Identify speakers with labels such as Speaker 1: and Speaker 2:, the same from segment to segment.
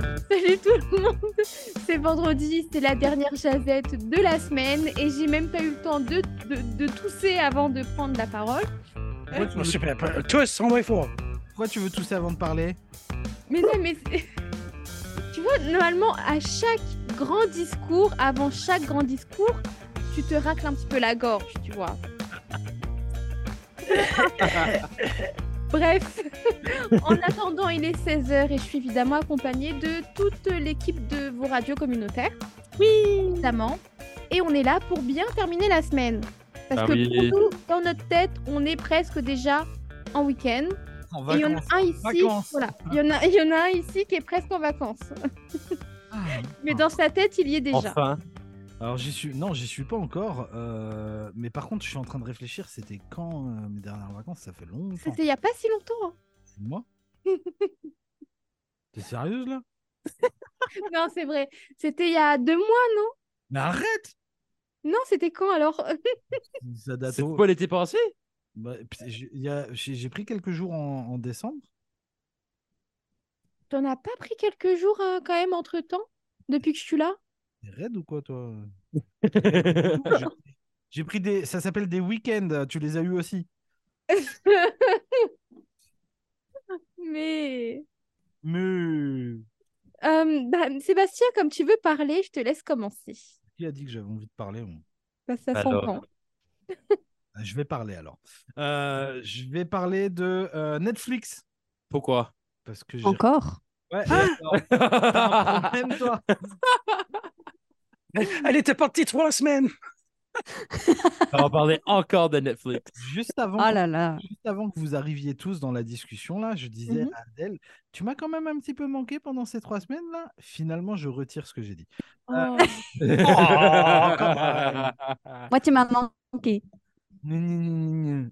Speaker 1: tout le monde. C'est vendredi, c'est la dernière chazette de la semaine et j'ai même pas eu le temps de, de, de tousser avant de prendre la parole.
Speaker 2: Pourquoi tu, veux... tous, on va fort.
Speaker 3: Pourquoi tu veux tousser avant de parler
Speaker 1: Mais non, mais c'est- tu vois, normalement, à chaque grand discours, avant chaque grand discours, tu te racles un petit peu la gorge, tu vois. Bref, en attendant, il est 16h et je suis évidemment accompagnée de toute l'équipe de vos radios communautaires. Oui Évidemment. Et on est là pour bien terminer la semaine. Parce
Speaker 4: Ah
Speaker 1: que
Speaker 4: oui.
Speaker 1: pour nous, dans notre tête, on est presque déjà en week-end.
Speaker 3: En
Speaker 1: Et il y en a
Speaker 3: vacances.
Speaker 1: un ici,
Speaker 3: Vacances.
Speaker 1: voilà. Il y en a, il y en a un ici qui est presque en vacances.
Speaker 3: Ah.
Speaker 1: Mais dans sa tête, il y est déjà.
Speaker 4: Enfin,
Speaker 3: Alors j'y suis, non, j'y suis pas encore. euh, Mais par contre, je suis en train de réfléchir. C'était quand euh, mes dernières vacances Ça fait longtemps.
Speaker 1: C'était il y a pas si longtemps. hein.
Speaker 3: Moi T'es sérieuse là
Speaker 1: Non, c'est vrai. C'était il y a deux mois.
Speaker 3: Mais arrête
Speaker 1: Non, c'était quand alors
Speaker 3: Ça date
Speaker 4: c'est
Speaker 3: au-
Speaker 4: quoi l'été passé
Speaker 3: Bah, putain, j'ai il y a- j'ai- j'ai pris quelques jours en, en décembre.
Speaker 1: T'en as pas pris quelques jours euh, quand même entre temps depuis que je suis là
Speaker 3: T'es raide ou quoi toi
Speaker 4: T'as
Speaker 3: J'ai- J'ai pris des. Ça s'appelle des week-ends. Tu les as eu aussi.
Speaker 1: Mais
Speaker 3: Mais
Speaker 1: Euh, bah, Sébastien, comme tu veux parler, je te laisse commencer.
Speaker 3: qui a dit que j'avais envie de parler moi
Speaker 1: Bah, ça
Speaker 4: Alors.
Speaker 1: s'entend.
Speaker 3: Ah, Je vais parler alors. Euh, je vais parler de euh, Netflix
Speaker 4: Pourquoi
Speaker 3: parce que j'ai.
Speaker 1: Encore
Speaker 3: Ouais, et alors, t'as un problème, toi
Speaker 2: Elle était partie trois semaines.
Speaker 4: On va parler encore de Netflix.
Speaker 3: Juste avant.
Speaker 5: Ah là là.
Speaker 3: juste avant que vous arriviez tous dans la discussion, là, je disais
Speaker 5: Mhm.
Speaker 3: à Adèle, tu m'as quand même un petit peu manqué pendant ces trois semaines, là. Finalement, je retire ce que j'ai dit.
Speaker 1: Oh.
Speaker 3: Ah,
Speaker 4: Oh,
Speaker 5: Moi, tu m'as manqué.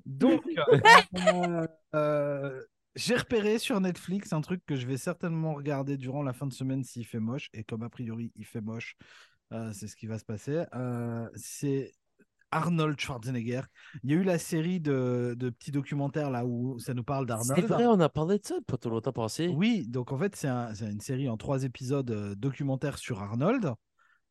Speaker 3: Donc, euh, euh, j'ai repéré sur Netflix un truc que je vais certainement regarder durant la fin de semaine s'il fait moche, et comme a priori il fait moche, euh, c'est ce qui va se passer. Euh, c'est Arnold Schwarzenegger. Il y a eu la série de, de petits documentaires là où ça nous parle
Speaker 4: C'est
Speaker 3: d'Arnold.
Speaker 4: vrai, on a parlé de ça pas trop longtemps passé.
Speaker 3: Oui, donc en fait, c'est un- c'est une série en trois épisodes euh, documentaire sur Arnold,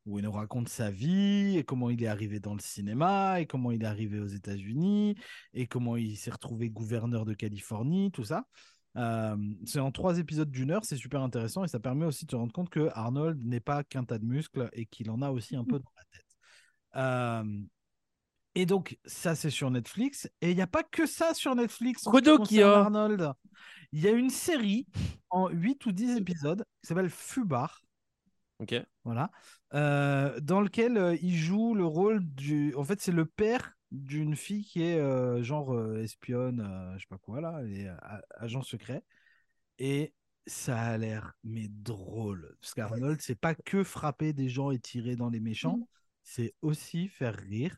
Speaker 3: où il nous raconte sa vie, et comment il est arrivé dans le cinéma, et comment il est arrivé aux États-Unis, et comment il s'est retrouvé gouverneur de Californie, tout ça. Euh, c'est en trois épisodes d'une heure, c'est super intéressant, et ça permet aussi de se rendre compte que Arnold n'est pas qu'un tas de muscles, et qu'il en a aussi un peu dans la tête. Euh, et donc, ça, c'est sur Netflix. Et il n'y a pas que ça sur Netflix. en ce qui
Speaker 4: Kodo
Speaker 3: concerne
Speaker 4: Kia.
Speaker 3: Arnold. Il y a une série en 8 ou 10 épisodes qui s'appelle Fubar.
Speaker 4: Ok.
Speaker 3: Voilà. Euh, dans lequel euh, il joue le rôle du. En fait, c'est le père d'une fille qui est euh, genre euh, espionne, euh, je sais pas quoi là, et euh, a- agent secret. Et ça a l'air mais drôle. Parce qu'Arnold, c'est pas que frapper des gens et tirer dans les méchants, c'est aussi faire rire.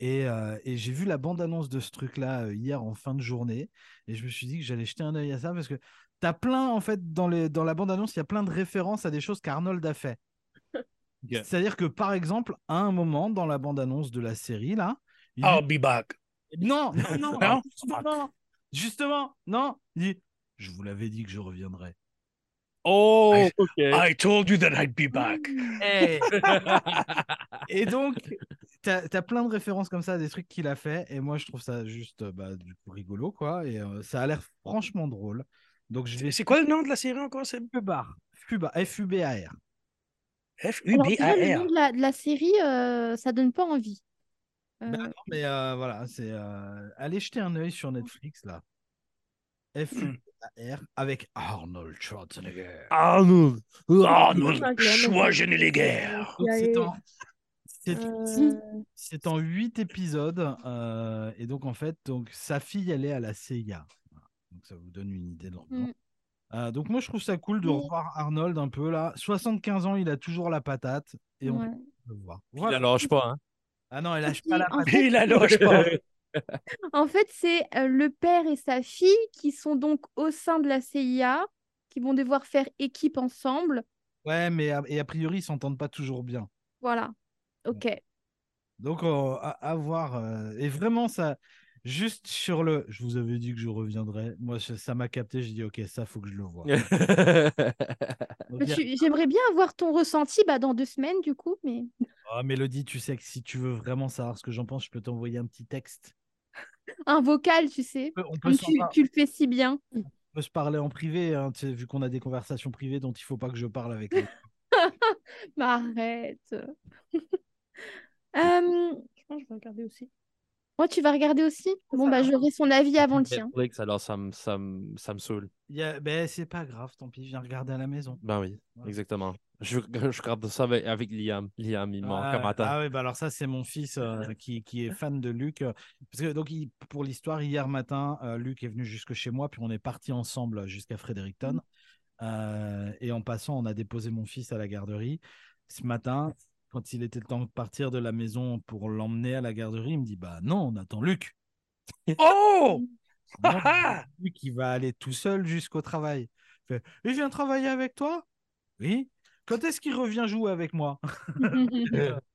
Speaker 3: Et, euh, et j'ai vu la bande-annonce de ce truc-là euh, hier en fin de journée. Et je me suis dit que j'allais jeter un œil à ça parce que t'as plein, en fait, dans, les, dans la bande-annonce, il y a plein de références à des choses qu'Arnold a fait.
Speaker 4: Yeah.
Speaker 3: C'est-à-dire que, par exemple, à un moment dans la bande-annonce de la série, là. il
Speaker 2: I'll be back.
Speaker 3: dit- Non, non,
Speaker 2: Non
Speaker 3: non, justement, justement, non. Il dit Je vous l'avais dit que je reviendrai.
Speaker 4: Oh,
Speaker 2: I-
Speaker 4: ok.
Speaker 2: I told you that I'd be back.
Speaker 4: Eh,
Speaker 3: Et donc, t'as as plein de références comme ça, des trucs qu'il a fait. Et moi, je trouve ça juste euh, bah, du coup, rigolo, quoi. Et euh, ça a l'air franchement drôle. Donc, je vais.
Speaker 2: C'est quoi le nom de la série encore Ah, C'est
Speaker 3: Fubar. Fubar. F-U-B-A-R.
Speaker 1: Alors, déjà, le
Speaker 2: F-U-B-A-R.
Speaker 1: nom de la, de la série, euh, ça donne pas envie. Euh,
Speaker 3: Ben non, mais euh, voilà, c'est. euh, Allez jeter un œil sur Netflix, là.
Speaker 2: Hmm.
Speaker 3: F-U-B-A-R avec Arnold Schwarzenegger.
Speaker 4: Arnold.
Speaker 2: Arnold
Speaker 1: Ah, bien,
Speaker 2: Schwarzenegger.
Speaker 1: il
Speaker 3: Donc,
Speaker 1: y a
Speaker 3: c'est
Speaker 1: eu-
Speaker 3: en- c'est-
Speaker 1: euh,
Speaker 3: C'est en huit épisodes. euh, et donc, en fait, donc, sa fille, elle est à la CIA. Voilà. Donc, ça vous donne une idée de l'ambiance.
Speaker 1: Mm.
Speaker 3: Euh, donc, moi, je trouve ça cool de
Speaker 1: Oui.
Speaker 3: revoir Arnold un peu là. 75 ans, il a toujours la patate. Et on
Speaker 1: ouais.
Speaker 3: peut le voir.
Speaker 4: Il
Speaker 3: Voilà.
Speaker 4: la lâche pas, hein.
Speaker 3: Ah non, elle lâche
Speaker 1: Puis,
Speaker 3: pas la
Speaker 1: en
Speaker 3: patate.
Speaker 2: Il la loge pas.
Speaker 1: En fait, c'est euh, le père et sa fille qui sont donc au sein de la CIA, qui vont devoir faire équipe ensemble.
Speaker 3: Ouais, mais a, et a priori, ils s'entendent pas toujours bien.
Speaker 1: Voilà. Ok.
Speaker 3: Donc, euh, à, à voir. euh, et vraiment, ça. Juste sur le. Je vous avais dit que je reviendrais. Moi, ça ça m'a capté. J'ai dit, OK, ça, faut que je le vois.
Speaker 1: Mais Bah, tu- J'aimerais bien avoir ton ressenti bah, dans deux semaines, du coup. Mais...
Speaker 3: Ah, Mélodie, tu sais que si tu veux vraiment savoir ce que j'en pense, je peux t'envoyer un petit texte.
Speaker 1: Un vocal, tu sais.
Speaker 3: On peut, on peut
Speaker 1: Comme
Speaker 3: s'en
Speaker 1: tu,
Speaker 3: par-
Speaker 1: tu le fais si bien.
Speaker 3: on peut se parler en privé, hein, tu sais, vu qu'on a des conversations privées dont il faut pas que je parle avec les-
Speaker 1: Mais Bah, arrête. Euh,
Speaker 6: Je pense que je vais regarder aussi.
Speaker 1: Moi, Oh, tu vas regarder aussi Bon, bah, j'aurai son avis avant le tien.
Speaker 4: Netflix, alors ça me, ça me, ça me saoule.
Speaker 3: Il y a- Ben, c'est pas grave, tant pis, viens regarder à la maison.
Speaker 4: Ben oui,
Speaker 3: Ouais.
Speaker 4: exactement. Je, je regarde ça avec, avec Liam. Liam, il manque
Speaker 3: Ah,
Speaker 4: un matin.
Speaker 3: ah oui, bah alors ça, c'est mon fils euh, qui, qui est fan de Luc. euh, parce que, donc, il- pour l'histoire, hier matin, euh, Luc est venu jusque chez moi, puis on est parti ensemble jusqu'à Fredericton. Euh, et en passant, on a déposé mon fils à la garderie. Ce matin, quand il était le temps de partir de la maison pour l'emmener à la garderie, il me dit Bah non, on attend Luc.
Speaker 1: Mm-hmm.
Speaker 2: Oh
Speaker 3: Bon, Luc, il va aller tout seul jusqu'au travail. Je fais, Il vient travailler avec toi Oui. Quand est-ce qu'il revient jouer avec moi
Speaker 1: hein.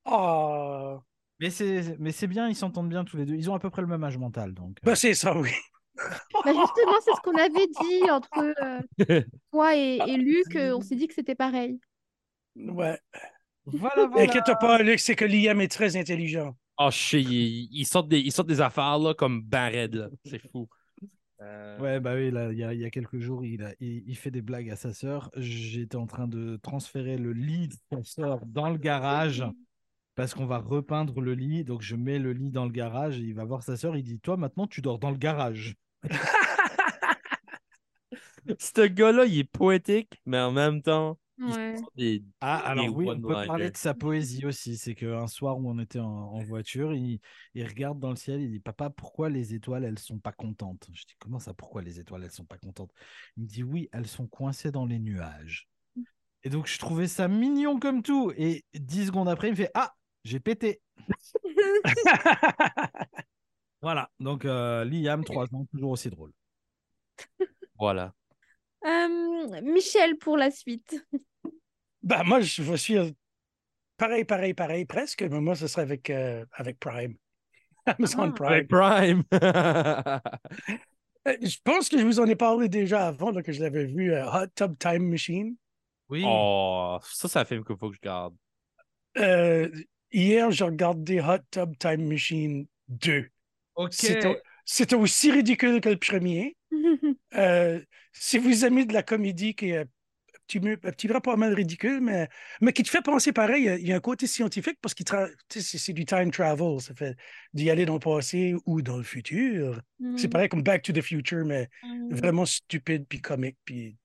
Speaker 2: Oh
Speaker 3: Mais c'est mais c'est bien, ils s'entendent bien tous les deux. Ils ont à peu près le même âge mental, donc. euh,
Speaker 2: Bah, c'est ça, oui.
Speaker 1: Bah, justement, c'est ce qu'on avait dit entre euh, toi et, et Luc. euh, On s'est dit que c'était pareil.
Speaker 2: Ouais.
Speaker 3: voilà, voilà.
Speaker 2: Inquiète pas, Luc, c'est que Liam est très intelligent.
Speaker 4: Oh, je sais, ils, ils sortent des, ils sortent des affaires là, comme ben raides, là. C'est fou. Euh,
Speaker 3: Ouais, bah oui, là, il y a, il y a quelques jours, il, a- il, il fait des blagues à sa sœur. J'étais en train de transférer le lit de sa sœur dans le garage parce qu'on va repeindre le lit. Donc je mets le lit dans le garage et il va voir sa sœur. Il dit Toi, maintenant, tu dors dans le garage.
Speaker 4: Ce gars-là, il est poétique, mais en même temps,
Speaker 1: Ouais.
Speaker 4: il sort des-
Speaker 3: Ah, alors
Speaker 4: Et
Speaker 3: oui, on
Speaker 4: One
Speaker 3: peut parler
Speaker 4: Rider.
Speaker 3: de sa poésie aussi. C'est qu'un soir où on était en, en voiture, il, il regarde dans le ciel, il dit Papa, pourquoi les étoiles, elles sont pas contentes Je dis Comment ça, pourquoi les étoiles, elles sont pas contentes Il me dit Oui, elles sont coincées dans les nuages. Et donc, je trouvais ça mignon comme tout. Et dix secondes après, il me fait Ah, j'ai pété. Voilà. Donc, euh, Liam, trois ans, toujours aussi drôle.
Speaker 4: voilà.
Speaker 1: Euh, Michel pour la suite.
Speaker 2: bah, moi, je vais suivre pareil, pareil, pareil, presque, mais moi, ce serait avec, euh, avec Prime. Amazon
Speaker 1: Ah.
Speaker 2: Prime.
Speaker 4: Prime.
Speaker 2: Euh, Je pense que je vous en ai parlé déjà avant, là, que je l'avais vu, euh, Hot Tub Time Machine.
Speaker 3: Oui.
Speaker 4: oh, ça, c'est un film qu'il faut que je garde.
Speaker 2: Euh, hier, j'ai regardé Hot Tub Time Machine 2.
Speaker 3: ok.
Speaker 2: C'est au- C'était aussi ridicule que le premier. Euh, si vous aimez de la comédie qui est un petit, peu- un petit peu pas mal ridicule, mais, mais qui te fait penser pareil, il y a- il y, a un côté scientifique parce que c'est c'est du time travel. Ça fait d'y aller dans le passé ou dans le futur.
Speaker 1: Mm.
Speaker 2: C'est pareil comme Back to the Future, mais vraiment stupide puis comique. Puis...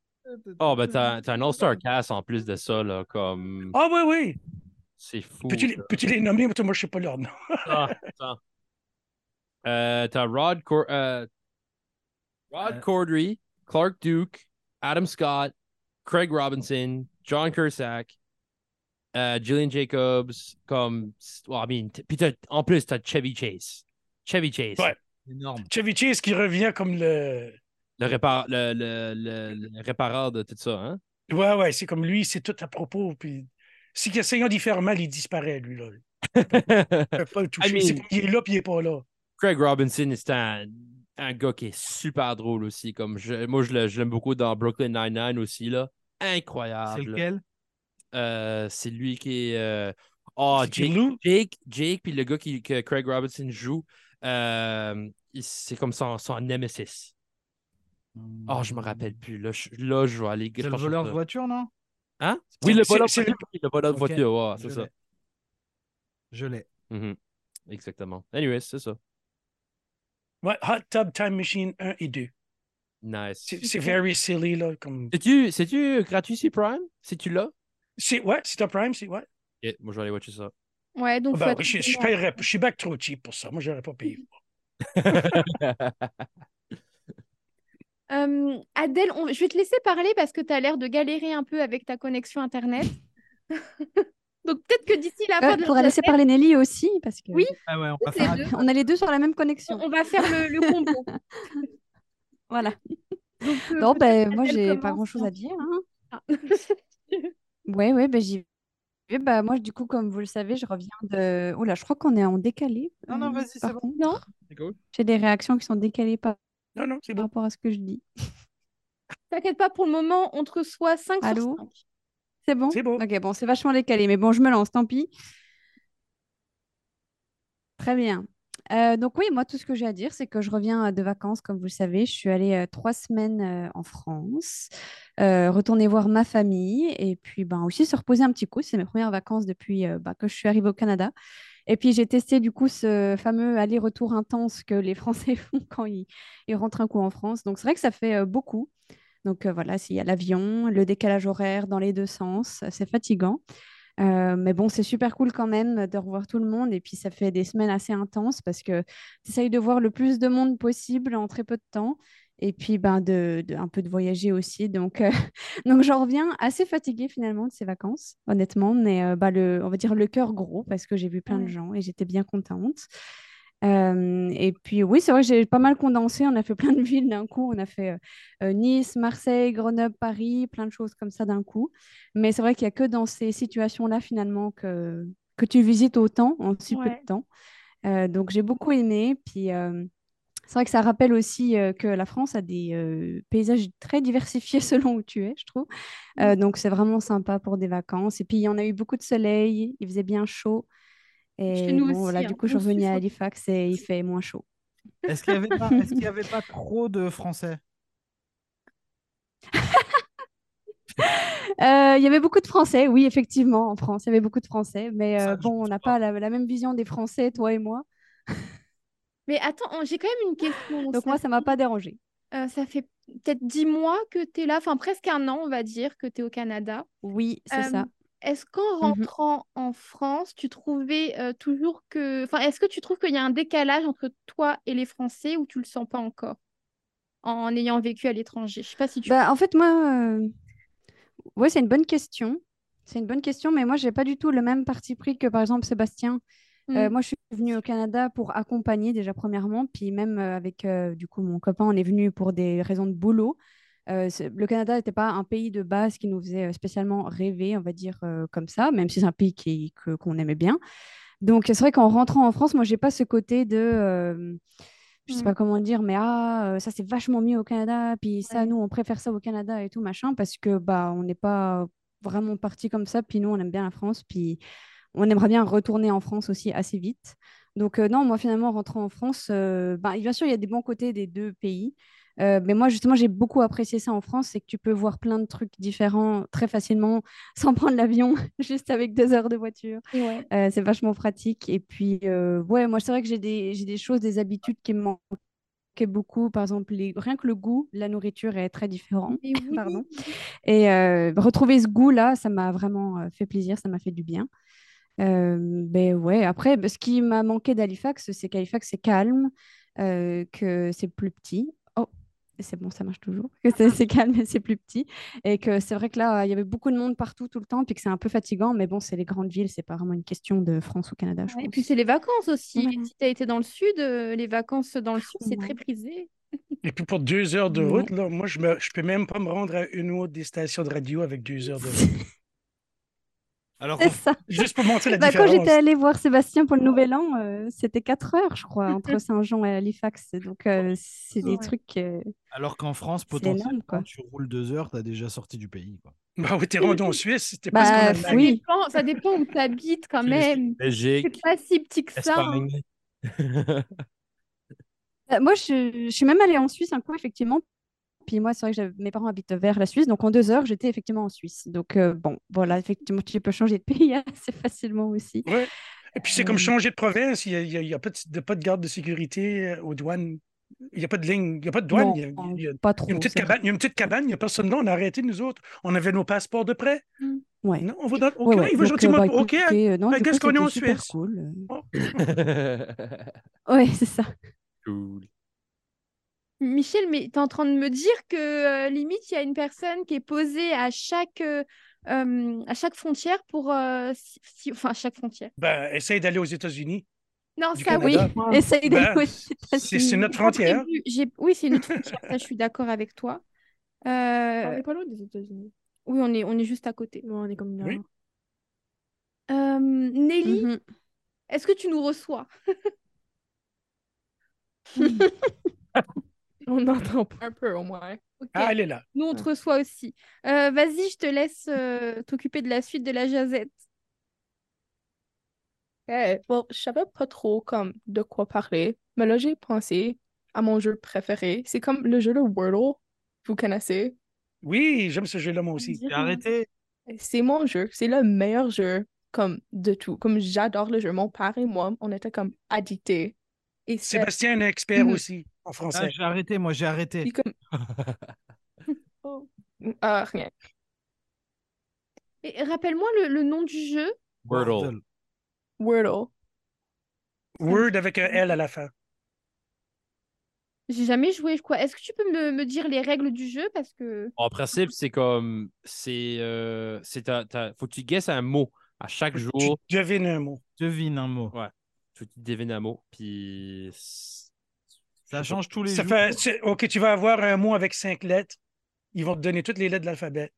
Speaker 4: Oh,
Speaker 3: bah,
Speaker 4: ben, t'as, t'as un All-Star cast en plus de ça, là, comme.
Speaker 2: Ah oui, oui.
Speaker 4: C'est fou.
Speaker 2: Peux-tu les,
Speaker 4: Mm. ça.
Speaker 2: peux-tu les nommer? Moi, je sais pas leur nom.
Speaker 4: Ah, attends. Euh, t'as Rod, Cor- euh, Rod
Speaker 3: Euh.
Speaker 4: Corddry, Clark Duke, Adam Scott, Craig Robinson, John Kersak, euh, Julian Jacobs, comme. Well, I mean, t- puis t'as- en plus, t'as Chevy Chase. Chevy Chase.
Speaker 2: Ouais.
Speaker 3: Énorme.
Speaker 2: Chevy Chase qui revient comme le.
Speaker 4: Le, répar- le, le, le, le répareur de tout ça, hein?
Speaker 2: Ouais, ouais, c'est comme lui, c'est tout à propos. Puis si essayant d'y faire mal, il disparaît, lui, là. On peut pas le toucher.
Speaker 4: I mean-
Speaker 2: Ah, C'est comme il est là, puis il est pas là.
Speaker 4: Craig Robinson, c'est un, un gars qui est super drôle aussi. Comme je- moi, je le- je l'aime beaucoup dans Brooklyn Nine-Nine aussi. Là.
Speaker 3: C'est
Speaker 4: Incroyable.
Speaker 3: lequel
Speaker 4: Euh, c'est lui qui est. euh, Oh,
Speaker 2: C'est
Speaker 4: Jake,
Speaker 2: Lou.
Speaker 4: Jake, Jake, puis le gars qui, que Craig Robinson joue, euh, il- c'est comme son, son nemesis. Oh, je me rappelle plus. Là, je, là, je vais aller.
Speaker 3: C'est
Speaker 4: je
Speaker 3: le
Speaker 4: pense que
Speaker 3: voleur de
Speaker 4: ça-
Speaker 3: voiture, non
Speaker 4: Hein? Oui, le
Speaker 2: c'est-
Speaker 4: voleur de
Speaker 2: c'est le-
Speaker 4: voiture. oui, Le voleur de
Speaker 3: Ok,
Speaker 4: voiture, ouais,
Speaker 3: Je
Speaker 4: Ah, c'est ça.
Speaker 3: l'ai. Je l'ai.
Speaker 4: Mhm. Exactement. Anyways, c'est ça.
Speaker 2: Ouais, Hot Tub Time Machine 1 et 2.
Speaker 4: Nice.
Speaker 2: C'est c'est very silly, là. Comme...
Speaker 4: C'est-tu, c'est-tu gratuit sur Prime? Si tu l'as?
Speaker 2: C'est, ouais, c'est un prime, c'est ouais.
Speaker 4: Ok, moi, je vais aller watcher ça.
Speaker 1: Ouais, donc.
Speaker 2: Ah ben
Speaker 1: faut
Speaker 2: oui, je, je
Speaker 1: absolument-
Speaker 2: paierais- je suis back trop cheap pour ça. Moi, j'aurais pas payé.
Speaker 1: Euh, Adèle, on- je vais te laisser parler parce que tu as l'air de galérer un peu avec ta connexion Internet. donc peut-être que d'ici la fin de
Speaker 5: pour
Speaker 1: la
Speaker 5: laisser parler Nelly aussi, parce que
Speaker 1: bah, Oui.
Speaker 3: Ah ouais, on va
Speaker 1: Toutes les
Speaker 3: faire un-
Speaker 1: deux.
Speaker 5: on a les deux sur la même
Speaker 1: On
Speaker 5: connexion.
Speaker 1: on va faire le, le combo.
Speaker 5: Voilà.
Speaker 1: Donc, euh,
Speaker 5: Non,
Speaker 1: peut-être
Speaker 5: ben, moi,
Speaker 1: qu'Adèle
Speaker 5: j'ai pas
Speaker 1: commence.
Speaker 5: grand-chose à dire. hein.
Speaker 1: Ah.
Speaker 5: Ouais, ouais, ben, j'y vais. Bah, moi, du coup, comme vous le savez, je reviens de. Oula, je crois qu'on est en décalé.
Speaker 3: Non, non,
Speaker 5: euh,
Speaker 3: vas-y, c'est
Speaker 5: par
Speaker 3: bon.
Speaker 5: contre.
Speaker 1: Non.
Speaker 4: C'est cool.
Speaker 5: J'ai des réactions qui sont décalées par
Speaker 2: Non, non, c'est
Speaker 5: par
Speaker 2: bon.
Speaker 5: rapport à ce que je dis.
Speaker 1: T'inquiète pas, pour le moment, on te reçoit 5 sur
Speaker 5: Allô
Speaker 1: 5.
Speaker 5: C'est bon
Speaker 2: C'est bon.
Speaker 5: Ok, bon, c'est vachement décalé, mais bon, je me lance, tant pis. Très bien. Euh, donc oui, moi, tout ce que j'ai à dire, c'est que je reviens euh, de vacances, comme vous le savez. Je suis allée euh, trois semaines euh, en France, euh, retourner voir ma famille et puis ben, aussi se reposer un petit coup. C'est mes premières vacances depuis euh, ben, que je suis arrivée au Canada. Et puis j'ai testé du coup ce fameux aller-retour intense que les Français font quand ils, ils rentrent un coup en France. Donc c'est vrai que ça fait euh, beaucoup. Donc euh, voilà, s'il y a l'avion, le décalage horaire dans les deux sens, euh, c'est fatigant. Euh, mais bon, c'est super cool quand même de revoir tout le monde. Et puis ça fait des semaines assez intenses parce que tu essayes de voir le plus de monde possible en très peu de temps. Et puis ben de, de- un peu de voyager aussi. Donc, euh, donc j'en reviens assez fatiguée finalement de ces vacances, honnêtement. Mais euh, bah, le, on va dire le cœur gros parce que j'ai vu plein de
Speaker 1: Ouais.
Speaker 5: gens et j'étais bien contente. Euh, et puis oui, c'est vrai que j'ai pas mal condensé. On a fait plein de villes d'un coup. On a fait euh, euh, Nice, Marseille, Grenoble, Paris, plein de choses comme ça d'un coup. Mais c'est vrai qu'il n'y a que dans ces situations-là finalement que, que tu visites autant en si peu
Speaker 1: Ouais.
Speaker 5: de temps. Euh, donc j'ai beaucoup aimé. Puis euh, c'est vrai que ça rappelle aussi euh, que la France a des euh, paysages très diversifiés selon où tu es, je trouve. Euh, donc c'est vraiment sympa pour des vacances. Et puis il y en a eu beaucoup de soleil, il faisait bien chaud. Et
Speaker 1: nous
Speaker 5: bon, voilà,
Speaker 1: aussi,
Speaker 5: du
Speaker 1: hein.
Speaker 5: coup, je suis
Speaker 1: Nous aussi,
Speaker 5: revenue à
Speaker 1: ça-
Speaker 5: Halifax et il fait moins chaud.
Speaker 3: Est-ce qu'il n'y avait, pas- est-ce qu'il y avait pas trop de Français
Speaker 5: Euh, Il y avait beaucoup de Français, oui, effectivement, en France, il y avait beaucoup de Français. Mais
Speaker 3: Ça,
Speaker 5: euh,
Speaker 3: je
Speaker 5: bon, on
Speaker 3: pense
Speaker 5: n'a
Speaker 3: pas.
Speaker 5: pas la, la même vision des Français, toi et moi.
Speaker 1: Mais attends, on- j'ai quand même une question.
Speaker 5: Donc moi, ça m'a pas dérangé.
Speaker 1: Euh, ça fait peut-être dix mois que tu es là, enfin presque un an, on va dire, que tu es au Canada.
Speaker 5: Oui, c'est
Speaker 1: Euh,
Speaker 5: ça.
Speaker 1: Est-ce qu'en
Speaker 5: Mhm.
Speaker 1: rentrant en France, tu trouvais euh, toujours que... Enfin, est-ce que tu trouves qu'il y a un décalage entre toi et les Français ou tu le sens pas encore en ayant vécu à l'étranger? Je sais pas si tu...
Speaker 5: Bah, en fait, moi, euh, ouais, c'est une bonne question. C'est une bonne question, mais moi, j'ai pas du tout le même parti pris que, par exemple, Sébastien. Euh,
Speaker 1: Mm.
Speaker 5: moi, je suis venue au Canada pour accompagner déjà premièrement, puis même euh, avec euh, du coup mon copain, on est venu pour des raisons de boulot. Euh, c'est- le Canada n'était pas un pays de base qui nous faisait euh, spécialement rêver, on va dire euh, comme ça, même si c'est un pays qui- que- qu'on aimait bien. Donc c'est vrai qu'en rentrant en France, moi, j'ai pas ce côté de, euh, je sais
Speaker 1: Mm.
Speaker 5: pas comment dire, mais ah, euh, ça c'est vachement mieux au Canada, puis ça,
Speaker 1: Ouais.
Speaker 5: nous, on préfère ça au Canada et tout machin, parce que bah on n'est pas vraiment parti comme ça, puis nous, on aime bien la France, puis on aimerait bien retourner en France aussi assez vite. Donc, euh, non, moi, finalement, rentrant en France, euh, ben, bien sûr, il y a des bons côtés des deux pays. Euh, mais moi, justement, j'ai beaucoup apprécié ça en France, c'est que tu peux voir plein de trucs différents très facilement, sans prendre l'avion, juste avec deux heures de voiture.
Speaker 1: Et Mmh, ouais.
Speaker 5: Euh, c'est vachement pratique. Et puis, euh, ouais, moi, c'est vrai que j'ai des, j'ai des choses, des habitudes qui me manquaient beaucoup. Par exemple, les- rien que le goût de la nourriture est très différent.
Speaker 1: Mais oui.
Speaker 5: Pardon. Et euh, retrouver ce goût-là, ça m'a vraiment euh, fait plaisir, ça m'a fait du bien. Euh, ben ouais, après, ben, ce qui m'a manqué d'Halifax, c'est qu'Halifax, c'est calme, euh, que c'est plus petit. Oh, c'est bon, ça marche toujours. Que c'est c'est calme et c'est plus petit. Et que c'est vrai que là, il y avait beaucoup de monde partout tout le temps, puis que c'est un peu fatigant. Mais bon, c'est les grandes villes, c'est pas vraiment une question de France ou Canada, je
Speaker 1: Ouais, Et puis
Speaker 5: pense.
Speaker 1: c'est les vacances aussi.
Speaker 5: Voilà.
Speaker 1: Si tu as été dans le sud, euh, les vacances dans le sud, c'est très
Speaker 5: Ouais.
Speaker 1: prisé.
Speaker 5: Ah.
Speaker 2: Et puis pour deux heures de
Speaker 5: Ouais.
Speaker 2: route, là, moi, je me, je peux même pas me rendre à une ou autre des stations de radio avec deux heures de route.
Speaker 4: Alors,
Speaker 5: C'est ça.
Speaker 2: Juste pour montrer la
Speaker 5: Bah, quand j'étais
Speaker 2: différence.
Speaker 5: allée voir Sébastien pour le Nouvel An, euh, c'était 4 heures, je crois, entre Saint-Jean et Halifax. Donc, euh, c'est des
Speaker 1: Ouais.
Speaker 5: trucs. euh,
Speaker 3: Alors qu'en France,
Speaker 5: C'est énorme,
Speaker 3: potentiellement,
Speaker 5: quoi.
Speaker 3: tu roules deux heures, tu as déjà sorti du pays. quoi.
Speaker 2: Bah oui, t'es rendu en Suisse, c'était
Speaker 5: Bah,
Speaker 2: presque en
Speaker 5: f-
Speaker 1: Ça
Speaker 2: Allemagne.
Speaker 5: oui.
Speaker 1: dépend, ça dépend où tu habites quand même. C'est
Speaker 4: Belgique,
Speaker 1: pas si petit que ça. hein.
Speaker 4: Espagne.
Speaker 5: Bah, moi, je, je suis même allée en Suisse un coup, effectivement. Puis moi, c'est vrai que j'avais- mes parents habitent vers la Suisse. Donc, en deux heures, j'étais effectivement en Suisse. Donc, euh, bon, voilà, effectivement, tu peux changer de pays assez facilement aussi.
Speaker 2: Ouais. Et puis c'est comme
Speaker 5: Euh,
Speaker 2: changer de province, il n'y a, il y a- il y a pas de, de- pas de garde de sécurité euh, aux douanes. Il n'y a pas de ligne, il n'y a pas de douane.
Speaker 5: non,
Speaker 2: Il y a, il y a-
Speaker 5: pas
Speaker 2: il y a une
Speaker 5: trop,
Speaker 2: petite
Speaker 5: c'est vrai.
Speaker 2: cabane, il y a une petite cabane, il n'y a personne là, on a arrêté nous autres. On avait nos passeports de prêt.
Speaker 1: Mm.
Speaker 5: Ouais,
Speaker 2: Non, on va dans-
Speaker 5: ouais,
Speaker 2: OK,
Speaker 5: ouais.
Speaker 2: il va
Speaker 5: Donc, euh,
Speaker 2: gentiment.
Speaker 5: bah,
Speaker 2: OK,
Speaker 5: écoutez, euh, non,
Speaker 2: ben,
Speaker 5: du coup,
Speaker 2: qu'est-ce qu'on est
Speaker 5: c'était
Speaker 2: en
Speaker 5: super
Speaker 2: Suisse?
Speaker 5: cool.
Speaker 2: Oh,
Speaker 5: euh. Ouais, c'est ça.
Speaker 4: cool.
Speaker 1: Michel, mais tu es en train de me dire que euh, limite, il y a une personne qui est posée à chaque, euh, euh, à chaque frontière pour... euh, si- si- enfin, à chaque frontière.
Speaker 2: ben, essaye d'aller aux États-Unis,
Speaker 1: Non,
Speaker 2: du
Speaker 1: ça
Speaker 7: Ah
Speaker 1: oui.
Speaker 5: Oui,
Speaker 2: Canada.
Speaker 5: essaye d'aller
Speaker 2: Ben,
Speaker 5: aux
Speaker 2: c'est c'est
Speaker 5: États-Unis.
Speaker 2: notre
Speaker 1: J'ai pas
Speaker 2: frontière.
Speaker 1: prévu. J'ai- Oui, c'est notre frontière, ça, je suis d'accord avec toi.
Speaker 6: On
Speaker 1: Euh,
Speaker 6: n'est pas loin des États-Unis.
Speaker 1: oui, on est, on est juste à côté.
Speaker 6: Non, on est comme une
Speaker 2: Oui.
Speaker 6: erreur.
Speaker 1: Euh, Nelly,
Speaker 5: Mhm.
Speaker 1: est-ce que tu nous reçois?
Speaker 6: On entend pas un peu au moins.
Speaker 1: Ok.
Speaker 2: Ah, elle est là.
Speaker 1: Nous, on te reçoit aussi. Euh, Vas-y, je te laisse euh, t'occuper de la suite de la jazette.
Speaker 6: Ouais, bon, je savais pas trop comme de quoi parler, mais là j'ai pensé à mon jeu préféré. C'est comme le jeu de Wordle, vous connaissez.
Speaker 2: Oui, j'aime ce jeu-là, moi aussi.
Speaker 3: Arrêtez.
Speaker 6: C'est mon jeu, c'est le meilleur jeu comme de tout. Comme j'adore le jeu. Mon père et moi, on était comme addictés. Et c'est
Speaker 2: Sébastien est expert
Speaker 6: Mhm.
Speaker 2: aussi en
Speaker 3: Ah,
Speaker 2: français.
Speaker 3: j'ai arrêté, moi, j'ai
Speaker 6: puis
Speaker 3: arrêté.
Speaker 6: comme Oh, ah, rien.
Speaker 1: Et rappelle-moi le, le nom du jeu.
Speaker 4: Wordle.
Speaker 3: Wordle.
Speaker 6: Wordle.
Speaker 2: Word avec un L à la fin.
Speaker 1: J'ai jamais joué, je crois. Est-ce que tu peux me, me dire les règles du jeu parce que
Speaker 4: En principe, c'est comme. C'est. euh, c'est ta- ta- Faut que tu guesses un mot à chaque
Speaker 2: Tu
Speaker 4: jour.
Speaker 2: devines un mot.
Speaker 3: Devine un mot.
Speaker 4: Tu devines un mot. Puis. c'est-
Speaker 3: Ça change tous les
Speaker 2: Ça
Speaker 3: jours.
Speaker 2: fait, c'est- OK, tu vas avoir un mot avec cinq lettres. Ils vont te donner toutes les lettres de l'alphabet.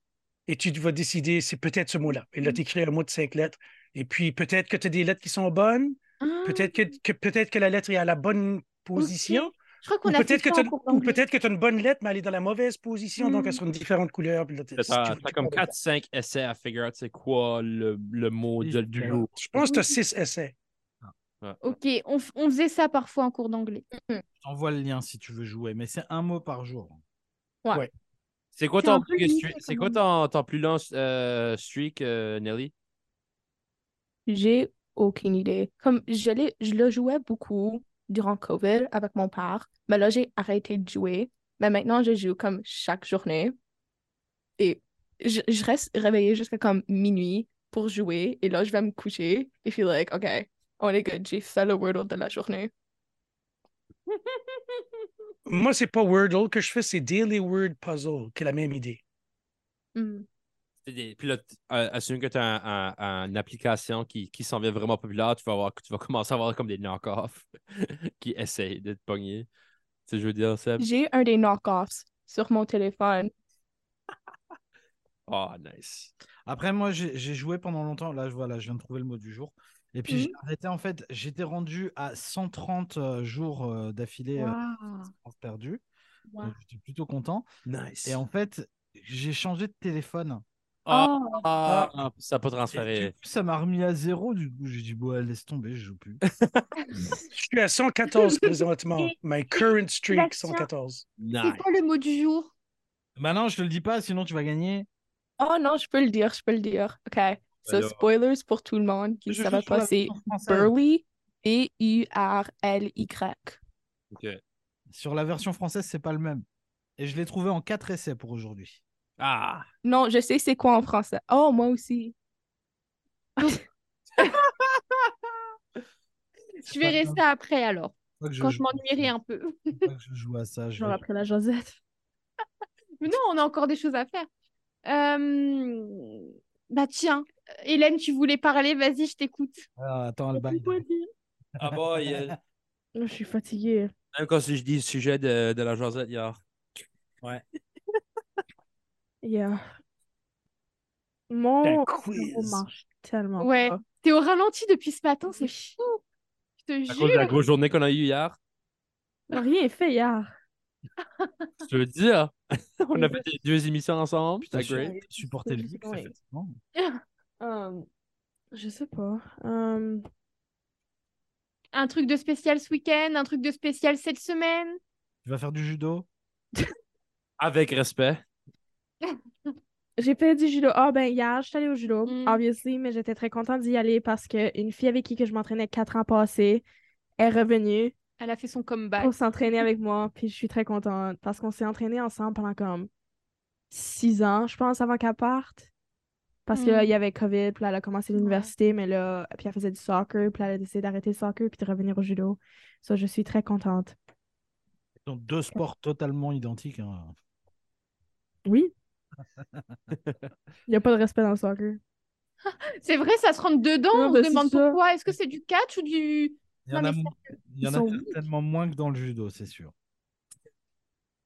Speaker 2: Et tu vas décider, c'est peut-être ce mot-là. Et là, tu écris un mot de cinq lettres. Et puis, peut-être que tu as des lettres qui sont bonnes.
Speaker 1: Ah,
Speaker 2: Peut-être que, que- peut-être que la lettre est à la bonne position.
Speaker 1: je crois
Speaker 2: Ou
Speaker 1: qu'on a fait
Speaker 2: peut-être que
Speaker 1: ça
Speaker 2: tu
Speaker 1: en cours d'anglais. Hmm.
Speaker 2: as une bonne lettre, mais elle est dans la mauvaise position, donc
Speaker 6: Mm.
Speaker 2: elle sera une différente couleur. puis là, t'es-
Speaker 4: T'as
Speaker 2: tu-
Speaker 4: t'as
Speaker 2: tu-
Speaker 4: comme 4-5 essais à figure out c'est quoi le, le mot de- du jour.
Speaker 2: Je pense que tu as six essais.
Speaker 1: Ok, on, f- on faisait ça parfois en cours d'anglais.
Speaker 3: Je t'envoie le lien si tu veux jouer, mais c'est un mot par jour.
Speaker 4: C'est quoi
Speaker 1: C'est
Speaker 4: ton
Speaker 1: un peu
Speaker 4: plus,
Speaker 1: limité
Speaker 4: stre-
Speaker 1: quand
Speaker 4: c'est quoi
Speaker 1: même.
Speaker 4: ton, ton plus long euh, streak, euh, Nelly?
Speaker 6: J'ai aucune idée. Comme je l'ai, je le jouais beaucoup durant COVID avec mon père, mais là j'ai arrêté de jouer. Mais maintenant je joue comme chaque journée. Et je, je reste réveillée jusqu'à comme minuit pour jouer. Et là je vais me coucher et feel like, OK, on est good, j'ai fait le Wordle de la journée.
Speaker 2: Moi, c'est pas Wordle que je fais, c'est Daily Word Puzzle, qui est la même idée.
Speaker 1: Mm.
Speaker 4: C'est des- Puis là, t- euh, assume que tu as un- un- une application qui, qui s'en vient vraiment populaire, tu vas, avoir, tu vas commencer à avoir comme des knock-offs qui essayent de te pogner. Tu sais, je veux dire, Seb?
Speaker 6: J'ai un des knock-offs sur mon téléphone.
Speaker 4: Oh, nice.
Speaker 3: Après, moi, j'ai j'ai joué pendant longtemps. Là, je- voilà, je viens de trouver le mot du jour. Et puis,
Speaker 5: Mhm.
Speaker 3: j'ai arrêté, en fait, j'étais rendu à 130 euh, jours euh, d'affilée euh, sans perdu. Donc, J'étais plutôt content.
Speaker 2: Nice.
Speaker 3: Et en fait, j'ai changé de téléphone.
Speaker 4: Ah,
Speaker 1: Oh,
Speaker 4: ah, ça peut
Speaker 3: Et
Speaker 4: transférer.
Speaker 3: du coup, ça m'a remis à zéro. Du coup, j'ai dit, bon, laisse tomber, je joue plus.
Speaker 2: Je suis à 114 présentement. My current streak,
Speaker 1: Sébastien.
Speaker 2: 114.
Speaker 4: Nice.
Speaker 1: C'est quoi le mot du jour
Speaker 3: Maintenant, Bah je te le dis pas, sinon tu vas gagner.
Speaker 6: Oh non, je peux le dire, je peux le dire. OK. So,
Speaker 4: Alors.
Speaker 6: spoilers pour tout le monde qui ne
Speaker 3: Je
Speaker 6: savait
Speaker 3: joue sur la
Speaker 6: pas, c'est
Speaker 3: version française.
Speaker 6: Burly, B-U-R-L-Y.
Speaker 4: Ok.
Speaker 3: Sur la version française, c'est pas le même. Et je l'ai trouvé en 4 essais pour aujourd'hui.
Speaker 4: Ah,
Speaker 6: Non, je sais c'est quoi en français. Oh, moi aussi.
Speaker 1: Je verrai
Speaker 3: grave.
Speaker 1: ça après alors,
Speaker 3: Faut que je
Speaker 1: quand je
Speaker 3: joue-
Speaker 1: m'ennuierai un peu.
Speaker 3: faut pas que je joue à ça. je vais-
Speaker 6: après la Josette.
Speaker 1: Mais non, on a encore des choses à faire. Euh, Bah tiens, Hélène, tu voulais parler, vas-y, je t'écoute.
Speaker 3: Ah, attends, le bail.
Speaker 4: ah boy. euh,
Speaker 6: Je suis fatiguée.
Speaker 4: Même quand je dis le sujet de, de la Josette hier.
Speaker 6: Yeah. Mon
Speaker 1: Oh,
Speaker 2: Un quiz.
Speaker 6: cerveau marche tellement
Speaker 1: Ouais.
Speaker 6: pas.
Speaker 1: T'es au ralenti depuis ce matin, c'est fou. Je te
Speaker 4: À cause de la
Speaker 1: jure.
Speaker 4: grosse journée qu'on a eue hier.
Speaker 6: On n'a rien fait hier.
Speaker 4: Je veux dire, on a fait des- deux émissions ensemble.
Speaker 3: Putain,
Speaker 4: C'était
Speaker 3: je
Speaker 4: great.
Speaker 3: suis- supporter le geek, ça
Speaker 6: Ouais.
Speaker 3: fait tellement.
Speaker 6: Euh, je sais pas. Euh,
Speaker 1: Un truc de spécial ce week-end, un truc de spécial cette semaine.
Speaker 3: Tu vas faire du judo
Speaker 4: Avec respect.
Speaker 7: J'ai fait du judo. Ah, ben, hier, je suis allée au judo,
Speaker 1: Mm.
Speaker 7: obviously, mais j'étais très contente d'y aller parce qu'une fille avec qui que je m'entraînais quatre ans passés est revenue
Speaker 1: Elle a fait son comeback.
Speaker 7: pour s'entraîner avec moi. Puis je suis très contente parce qu'on s'est entraînés ensemble pendant comme six ans, je pense, avant qu'elle parte. Parce que là,
Speaker 1: Mm.
Speaker 7: il y avait COVID, puis là, elle a commencé l'université, mais là, puis elle faisait du soccer, puis là, elle a décidé d'arrêter le soccer puis de revenir au judo. Ça, je suis très contente.
Speaker 3: Dans deux sports totalement identiques. hein.
Speaker 7: Oui. Il n'y a pas de respect dans le soccer.
Speaker 1: C'est vrai, ça se rentre dedans.
Speaker 7: Ouais,
Speaker 1: on
Speaker 7: bah,
Speaker 1: se
Speaker 7: c'est
Speaker 1: demande
Speaker 7: ça.
Speaker 1: pourquoi. Est-ce que c'est du catch ou du.
Speaker 3: Il y en
Speaker 1: Non,
Speaker 3: a,
Speaker 1: mais
Speaker 3: mo- il y
Speaker 7: ils
Speaker 3: en a
Speaker 7: sont
Speaker 3: certainement moins que dans le judo, c'est sûr.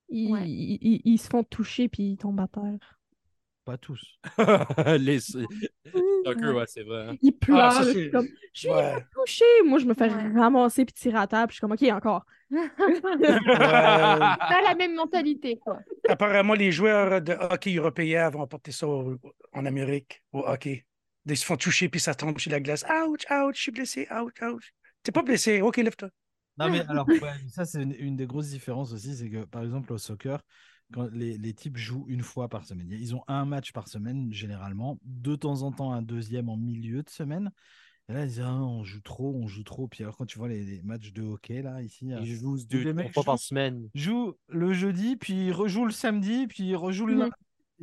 Speaker 7: Ils,
Speaker 1: Ouais.
Speaker 7: ils- ils- ils se font toucher puis ils tombent à terre.
Speaker 3: Pas tous.
Speaker 4: Les stalkers, ouais, c'est vrai. hein.
Speaker 7: Il pleure.
Speaker 2: Ah, ça,
Speaker 7: là, je
Speaker 2: c'est-
Speaker 7: suis comme, je suis
Speaker 2: Ouais.
Speaker 7: couché. Moi, je me fais
Speaker 1: Ouais.
Speaker 7: ramasser puis tirer à terre. Puis je suis comme, OK, encore.
Speaker 2: Ouais. Euh,
Speaker 1: Pas la même mentalité, quoi.
Speaker 2: Apparemment, les joueurs de hockey européens vont porter ça au- en Amérique, au hockey. Ils se font toucher, puis ça tombe sur la glace. Ouch, ouch, je suis blessé, ouch, ouch. T'es pas blessé, ok, lève-toi.
Speaker 3: Non, mais alors, ouais, mais ça, c'est une, une des grosses différences aussi, c'est que par exemple, au soccer, quand les, les types jouent une fois par semaine. Ils ont un match par semaine, généralement, de temps en temps un deuxième en milieu de semaine. Et là, ils disent, ah, on joue trop, on joue trop. Puis alors, quand tu vois les, les matchs de hockey, là, ici, euh,
Speaker 4: Ils jouent
Speaker 3: les
Speaker 4: deux, trois
Speaker 3: mecs
Speaker 4: fois par
Speaker 3: jouent.
Speaker 4: semaine.
Speaker 3: jouent le jeudi, puis ils rejouent le samedi, puis ils rejouent le
Speaker 7: Mhm.
Speaker 3: lundi.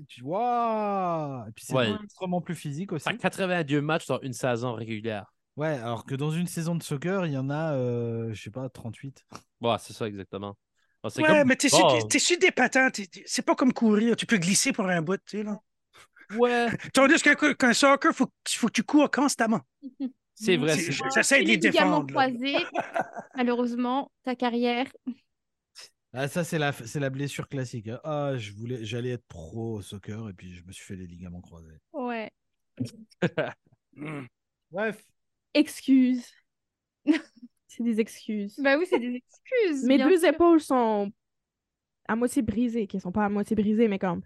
Speaker 3: Et tu vois, et puis c'est
Speaker 4: Mmh. Ouais.
Speaker 3: extrêmement plus physique aussi.
Speaker 4: T'as 82 matchs dans une saison régulière.
Speaker 3: Ouais, alors que dans une saison de soccer, il y en a, euh, je sais pas, 38.
Speaker 4: Ouais, c'est ça, exactement. Bon, c'est
Speaker 2: Ouais,
Speaker 4: comme
Speaker 2: mais
Speaker 4: du
Speaker 2: t'es sur,
Speaker 4: sport.
Speaker 2: t'es sur des patins, t'es- t'es- c'est pas comme courir, tu peux glisser pour un bout, tu sais, là.
Speaker 4: Ouais,
Speaker 2: Tandis qu'un qu'un soccer, faut, que- faut que tu cours constamment.
Speaker 4: c'est vrai.
Speaker 2: C'est-
Speaker 4: c'est vrai.
Speaker 2: J'essaie de les
Speaker 1: ligaments
Speaker 2: défendre. là.
Speaker 1: croisés. Malheureusement, ta carrière.
Speaker 3: Ah, ça, c'est la, c'est la blessure classique. hein. Ah, je voulais, j'allais être pro au soccer et puis je me suis fait les ligaments croisés.
Speaker 1: Ouais.
Speaker 4: Hmm.
Speaker 2: Mm.
Speaker 3: Bref.
Speaker 7: Excuses. c'est des excuses.
Speaker 1: Bah oui, c'est des excuses.
Speaker 7: Mes
Speaker 1: bien
Speaker 7: deux
Speaker 1: sûr.
Speaker 7: épaules sont à moitié brisées, qui sont pas à moitié brisées, mais comme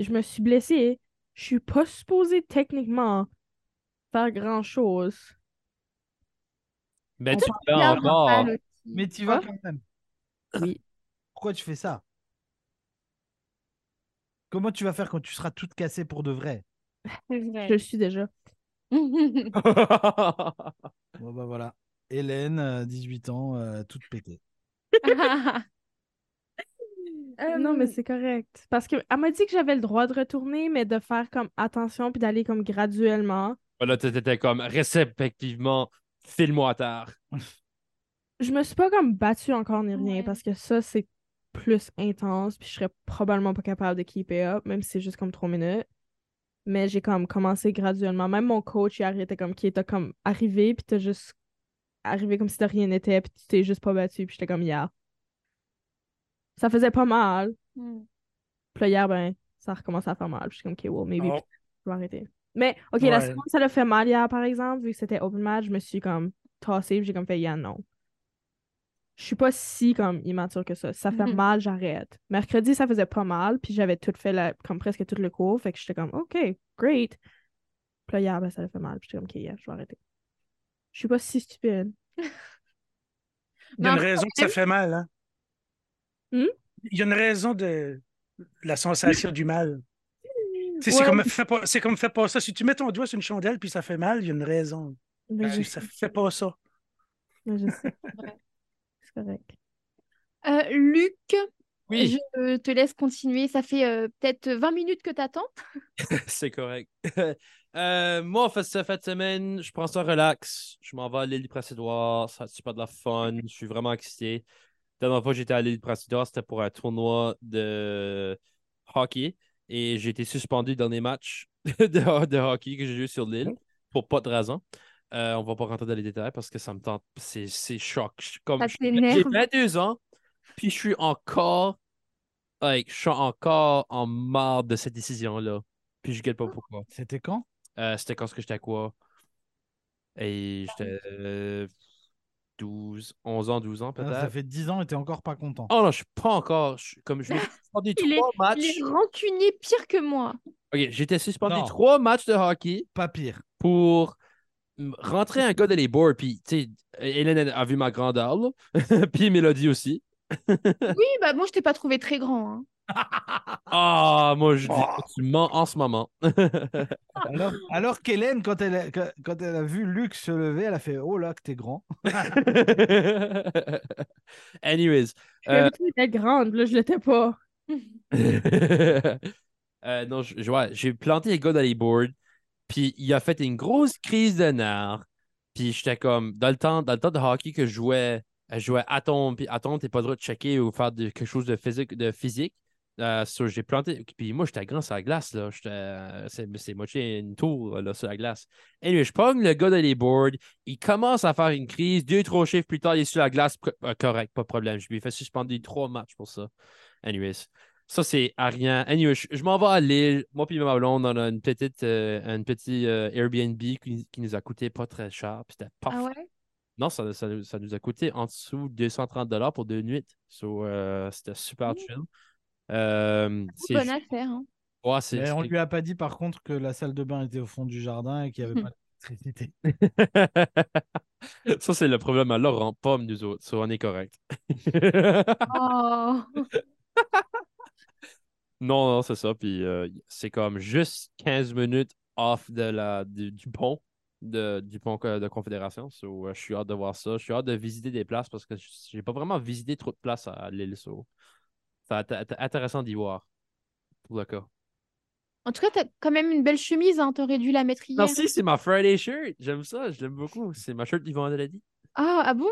Speaker 7: je me suis blessée, je suis pas supposée techniquement faire grand chose.
Speaker 4: Mais
Speaker 7: On
Speaker 4: tu
Speaker 7: parle
Speaker 4: fais
Speaker 1: Là, on
Speaker 4: encore.
Speaker 1: parle aussi.
Speaker 3: Mais tu vas
Speaker 7: Hein
Speaker 3: quand même.
Speaker 7: Oui.
Speaker 3: Pourquoi tu fais ça Comment tu vas faire quand tu seras toute cassée pour de vrai
Speaker 1: C'est vrai.
Speaker 7: Je le suis déjà.
Speaker 3: Bon, bah voilà. Hélène, euh, 18 ans, euh, toute pétée.
Speaker 7: Non,
Speaker 1: Euh,
Speaker 7: mais c'est correct. Parce qu'elle m'a dit que j'avais le droit de retourner, mais de faire comme attention puis d'aller comme graduellement.
Speaker 4: Voilà, t'étais comme respectivement, file-moi à terre.
Speaker 7: Je me suis pas comme battue encore ni rien
Speaker 1: Ouais.
Speaker 7: parce que ça, c'est plus intense puis je serais probablement pas capable de keep it up, même si c'est juste comme trois minutes. Mais j'ai comme commencé graduellement. Même mon coach, il arrêtait comme qui était comme arrivé puis t'as juste arrivé comme si de rien n'était puis tu t'es juste pas battu puis j'étais comme hier. Ça faisait pas mal.
Speaker 1: Mm.
Speaker 7: Puis là, hier, ben, ça a recommencé à faire mal. Puis je suis comme, OK, well, maybe
Speaker 2: Oh,
Speaker 7: je vais arrêter. Mais, OK, la
Speaker 2: Ouais.
Speaker 7: seconde, ça l'a fait mal hier, par exemple, vu que c'était open match, je me suis comme tassée, puis j'ai comme fait, yeah, non. Je suis pas si comme immature que ça. Ça fait
Speaker 1: Mhm.
Speaker 7: mal, j'arrête. Mercredi, ça faisait pas mal, puis j'avais tout fait, la- comme presque tout le cours, fait que j'étais comme, OK, great. Puis là, hier, ben, ça l'a fait mal, puis j'étais comme, OK, yeah, je vais arrêter. Je suis pas si stupide.
Speaker 2: Il y a
Speaker 1: Non,
Speaker 2: une raison que ça fait mal. hein.
Speaker 7: Hmm?
Speaker 2: Il y a une raison de la sensation du mal. Tu sais, C'est
Speaker 7: Ouais.
Speaker 2: comme, fais pas- c'est comme fais pas ça. Si tu mets ton doigt sur une chandelle puis ça fait mal, il y a une raison.
Speaker 7: Mais je,
Speaker 2: Tu- Ça fait Ben, pas ça.
Speaker 7: mais je sais.
Speaker 1: Ouais.
Speaker 7: C'est correct.
Speaker 1: Euh, Luc,
Speaker 4: Oui,
Speaker 1: je te laisse continuer. Ça fait euh, peut-être 20 minutes que t'attends.
Speaker 4: c'est correct. Euh, moi, en fait, cette fin de semaine, je prends ça relax. Je m'en vais à l'île du Prince-Édouard. Ça, c'est pas de la fun. Je suis vraiment excité. La dernière fois que j'étais à l'île du Prince-Édouard, c'était pour un tournoi de hockey. Et j'ai été suspendu dans des matchs de, de hockey que j'ai joué sur l'île pour pas de raison. Euh, on va pas rentrer dans les détails parce que ça me tente. C'est c'est choc. Je suis Comme,
Speaker 1: Ça
Speaker 4: je-
Speaker 1: t'énerve.
Speaker 4: j'ai 22 ans, puis je suis encore. like, je suis encore en marre de cette décision-là. Puis je ne
Speaker 1: Ah.
Speaker 4: pas pourquoi.
Speaker 3: C'était quand hein?
Speaker 4: Euh, c'était quand ce que j'étais à quoi? Et j'étais euh, 12, 11 ans, 12 ans
Speaker 3: Ah, Ça
Speaker 4: peut-être.
Speaker 3: fait 10 ans et t'es encore pas content.
Speaker 4: Oh non, je suis pas encore. je suis- comme je me suis suspendu
Speaker 1: Il est-
Speaker 4: trois
Speaker 1: Il
Speaker 4: matchs.
Speaker 1: est rancunier pire que moi.
Speaker 4: Ok, j'étais suspendu
Speaker 3: Non.
Speaker 4: trois matchs de hockey
Speaker 3: Pas pire.
Speaker 4: pour m- rentrer un gars de les boards. Puis, tu sais, Hélène elle a vu ma grandeur, là. puis Mélodie aussi.
Speaker 1: Oui, bah moi, je t'ai pas trouvé très grand. hein.
Speaker 4: Ah, moi, je dis,
Speaker 2: Oh.
Speaker 4: tu mens en ce moment.
Speaker 3: Alors, alors qu'Hélène, quand elle, a, quand- quand elle a vu Luc se lever, elle a fait Oh là, que t'es grand.
Speaker 4: Anyways,
Speaker 7: Je suis
Speaker 4: Euh,
Speaker 7: habituée d'être grande, là, je l'étais pas.
Speaker 4: Euh, non, je- je- ouais, j'ai planté les gars dans les boards, puis il a fait une grosse crise de nerfs. Puis j'étais comme, dans le temps, dans le temps de hockey que je jouais, euh, je jouais à tombe, puis à tombe, t'es pas le droit de checker ou faire de- quelque chose de physique. De physique. Euh, so, j'ai planté, puis moi, j'étais grand sur la glace, là. J'étais, euh, c'est, c'est moitié une tour, là, sur la glace. Et je pogne le gars dans les boards, il commence à faire une crise, deux, trois chiffres plus tard, il est sur la glace, co- euh, correct, pas de problème. Je lui ai fait suspendre trois matchs pour ça. Anyways. Ça, c'est à rien. Anyway, je, je m'en vais à Lille. Moi puis ma blonde, on a une petite, euh, un petit euh, Airbnb qui, qui nous a coûté pas très cher. Puis c'était parfait.
Speaker 1: Ah ouais?
Speaker 4: Non, ça, ça, nous- ça nous a coûté en dessous de 230 pour deux nuits. So, euh, c'était super
Speaker 1: Mm.
Speaker 4: chill. Euh, c'est
Speaker 1: Bonne affaire. Hein.
Speaker 4: ouais, c'est-
Speaker 3: Mais on lui a pas dit par contre que la salle de bain était au fond du jardin et qu'il n'y avait pas d'électricité.
Speaker 4: ça, c'est le problème à Laurent, pas nous autres. So, on est correct.
Speaker 1: Oh.
Speaker 4: Non, non, c'est ça. Puis euh, c'est comme juste 15 minutes off de la, du, du pont, de, du pont euh, de Confédération. So, euh, je suis hâte de voir ça. Je suis hâte de visiter des places parce que j- j'ai pas vraiment visité trop de places à l'île. So. Ça va être- être intéressant d'y voir. Pour le cas.
Speaker 1: En tout cas, t'as quand même une belle chemise, hein. T'aurais dû la mettre hier.
Speaker 4: Merci, c'est ma Friday shirt. J'aime ça, je l'aime beaucoup. C'est ma shirt d'Yvon Adelaide.
Speaker 1: Ah, ah bon?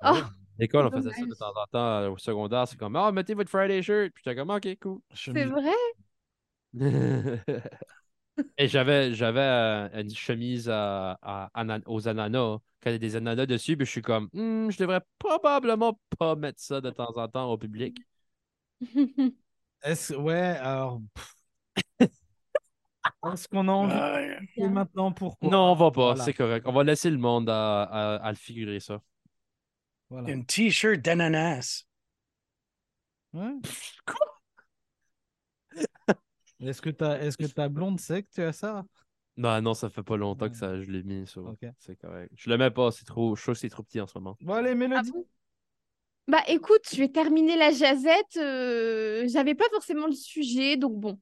Speaker 4: Ah
Speaker 1: Oh,
Speaker 4: oui. L'école, on faisait ça
Speaker 1: dommage.
Speaker 4: de temps en temps euh, au secondaire. C'est comme, ah, mettez votre Friday shirt. Puis j'étais comme, ok, cool.
Speaker 1: c'est
Speaker 3: Chemise-
Speaker 1: vrai?
Speaker 4: Et j'avais, j'avais euh, une chemise à, à ana- aux ananas, quand il y a des ananas dessus, puis je suis comme, Hmm, je devrais probablement pas mettre ça de temps en temps au public.
Speaker 3: Est-ce... Ouais, alors. pff. Est-ce qu'on a envie de
Speaker 2: Ah,
Speaker 3: couper maintenant Pourquoi
Speaker 4: Non, on va pas,
Speaker 3: Voilà.
Speaker 4: c'est correct. On va laisser le monde à, à- à le figurer, ça.
Speaker 3: Voilà.
Speaker 2: une t-shirt d'ananas.
Speaker 3: Ouais. Est-ce que, ta... Est-ce que ta blonde sait que tu as ça
Speaker 4: Non, Ben non, ça fait pas longtemps que ça, je l'ai mis, ça.
Speaker 3: Hmm. Ok.
Speaker 4: C'est correct. Je le mets pas, c'est trop chaud, c'est trop petit en ce moment.
Speaker 3: Bon, allez,
Speaker 1: Ah
Speaker 3: Mélodie.
Speaker 1: bon? Bah écoute, je vais terminer la jazette. euh, J'avais pas forcément le sujet, donc bon.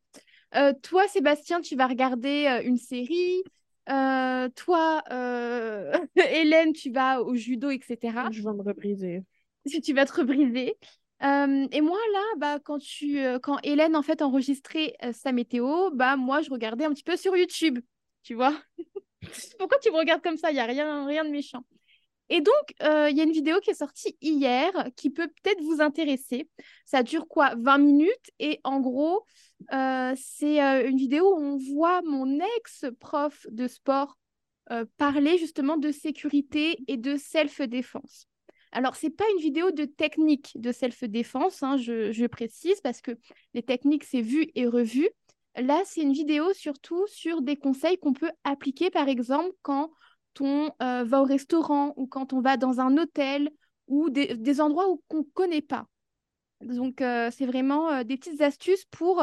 Speaker 1: Euh, toi, Sébastien, tu vas regarder euh, une série. Euh, toi, euh, Hélène, tu vas au judo, etc.
Speaker 7: Je vais me rebriser.
Speaker 1: si tu vas te rebriser. Euh, et moi, là, bah, quand, tu, euh, quand Hélène, en fait, enregistrait euh, sa météo, bah, moi, je regardais un petit peu sur YouTube, tu vois. Pourquoi tu me regardes comme ça? Il n'y a rien, rien de méchant. Et donc, euh, il y a une vidéo qui est sortie hier qui peut peut-être vous intéresser. Ça dure quoi? 20 minutes. Et en gros, euh, c'est euh, une vidéo où on voit mon ex-prof de sport euh, parler justement de sécurité et de self-défense. Alors, ce n'est pas une vidéo de technique de self-défense, hein, je, je précise, parce que les techniques, c'est vu et revu. Là, c'est une vidéo surtout sur des conseils qu'on peut appliquer, par exemple, quand on euh, va au restaurant ou quand on va dans un hôtel ou des, des endroits où qu'on ne connaît pas. Donc, euh, c'est vraiment euh, des petites astuces pour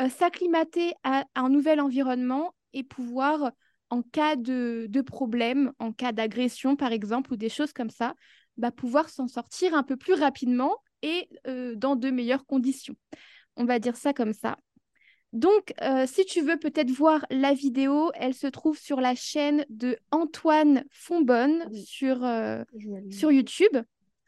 Speaker 1: euh, s'acclimater à, à un nouvel environnement et pouvoir, en cas de, de problème, en cas d'agression, par exemple, ou des choses comme ça, bah, pouvoir s'en sortir un peu plus rapidement et euh, dans de meilleures conditions. On va dire ça comme ça. Donc, euh, si tu veux peut-être voir la vidéo, elle se trouve sur la chaîne de Antoine Fonbonne sur, euh, sur YouTube.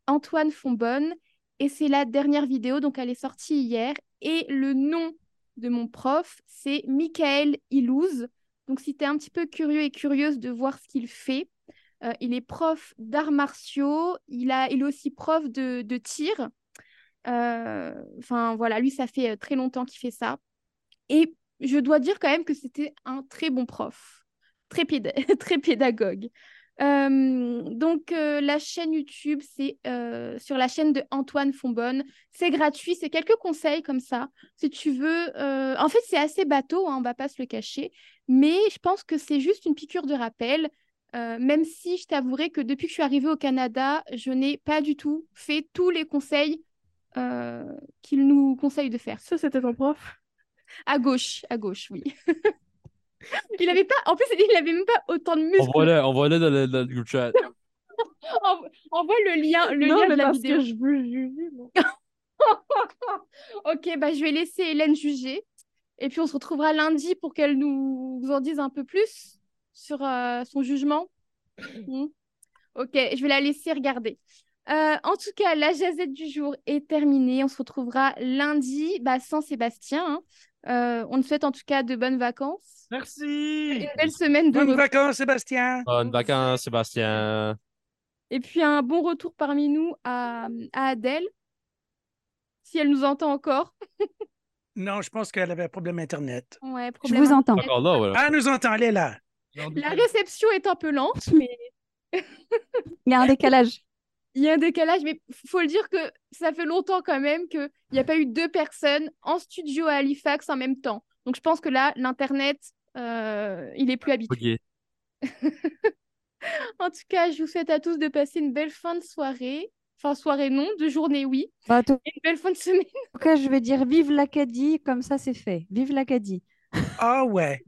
Speaker 1: Antoine Fonbonne. Et c'est la dernière vidéo, donc elle est sortie hier. Et le nom de mon prof, c'est Michael Ilouz. Donc, si tu es un petit peu curieux et curieuse de voir ce qu'il fait, euh, il est prof d'arts martiaux, il, a, il est aussi prof de, de tir. Euh, Enfin voilà, lui, ça fait euh, très longtemps qu'il fait ça. Et je dois dire quand même que c'était un très bon prof, très, péda- très pédagogue. Euh, donc euh, la chaîne YouTube, c'est euh, sur la chaîne de Antoine Fonbonne. C'est gratuit, c'est quelques conseils comme ça. Si tu veux, euh, en fait c'est assez bateau, hein, on va pas se le cacher, mais je pense que c'est juste une piqûre de rappel. Euh, même si je t'avouerai que depuis que je suis arrivée au Canada, je n'ai pas du tout fait tous les conseils euh, qu'il nous conseille de faire.
Speaker 7: Ça, c'était ton prof?
Speaker 1: À gauche, à gauche, oui. il avait pas, en plus, il avait même pas autant de muscles.
Speaker 4: On voit le, on voit le dans le, dans le group chat.
Speaker 1: Envo- Envoie le lien, le
Speaker 7: non,
Speaker 1: lien
Speaker 7: mais
Speaker 1: de la
Speaker 7: parce
Speaker 1: vidéo.
Speaker 7: que je veux juger. moi.
Speaker 1: Ok, bah je vais laisser Hélène juger. Et puis on se retrouvera lundi pour qu'elle nous vous en dise un peu plus sur euh, son jugement. Hmm. Ok, je vais la laisser regarder. Euh, en tout cas, la jazette du jour est terminée. On se retrouvera lundi, bah, sans Sébastien. hein. Euh, on te souhaite en tout cas de bonnes vacances.
Speaker 3: Merci.
Speaker 1: Une belle semaine de
Speaker 2: Bonnes
Speaker 1: repos.
Speaker 2: vacances, Sébastien.
Speaker 4: Bonnes vacances, Sébastien.
Speaker 1: Et puis un bon retour parmi nous à, à Adèle, si elle nous entend encore.
Speaker 2: Non, je pense qu'elle avait un problème Internet.
Speaker 1: Ouais,
Speaker 5: Je
Speaker 1: problème
Speaker 5: vous entends.
Speaker 4: Encore là, voilà.
Speaker 2: Ah, nous entend, elle est là.
Speaker 1: La réception est un peu lente, mais
Speaker 5: Il y a un décalage.
Speaker 1: Il y a un décalage, mais f- faut le dire que ça fait longtemps quand même qu'il n'y a pas eu deux personnes en studio à Halifax en même temps. Donc je pense que là, l'Internet, euh, il est plus habitué.
Speaker 4: Ok.
Speaker 1: En tout cas, je vous souhaite à tous de passer une belle fin de soirée. Enfin, soirée non, de journée oui.
Speaker 5: Bah, en tout
Speaker 1: Et une belle fin de semaine.
Speaker 5: cas, je vais dire vive l'Acadie, comme ça c'est fait. Vive l'Acadie.
Speaker 2: Ah ouais.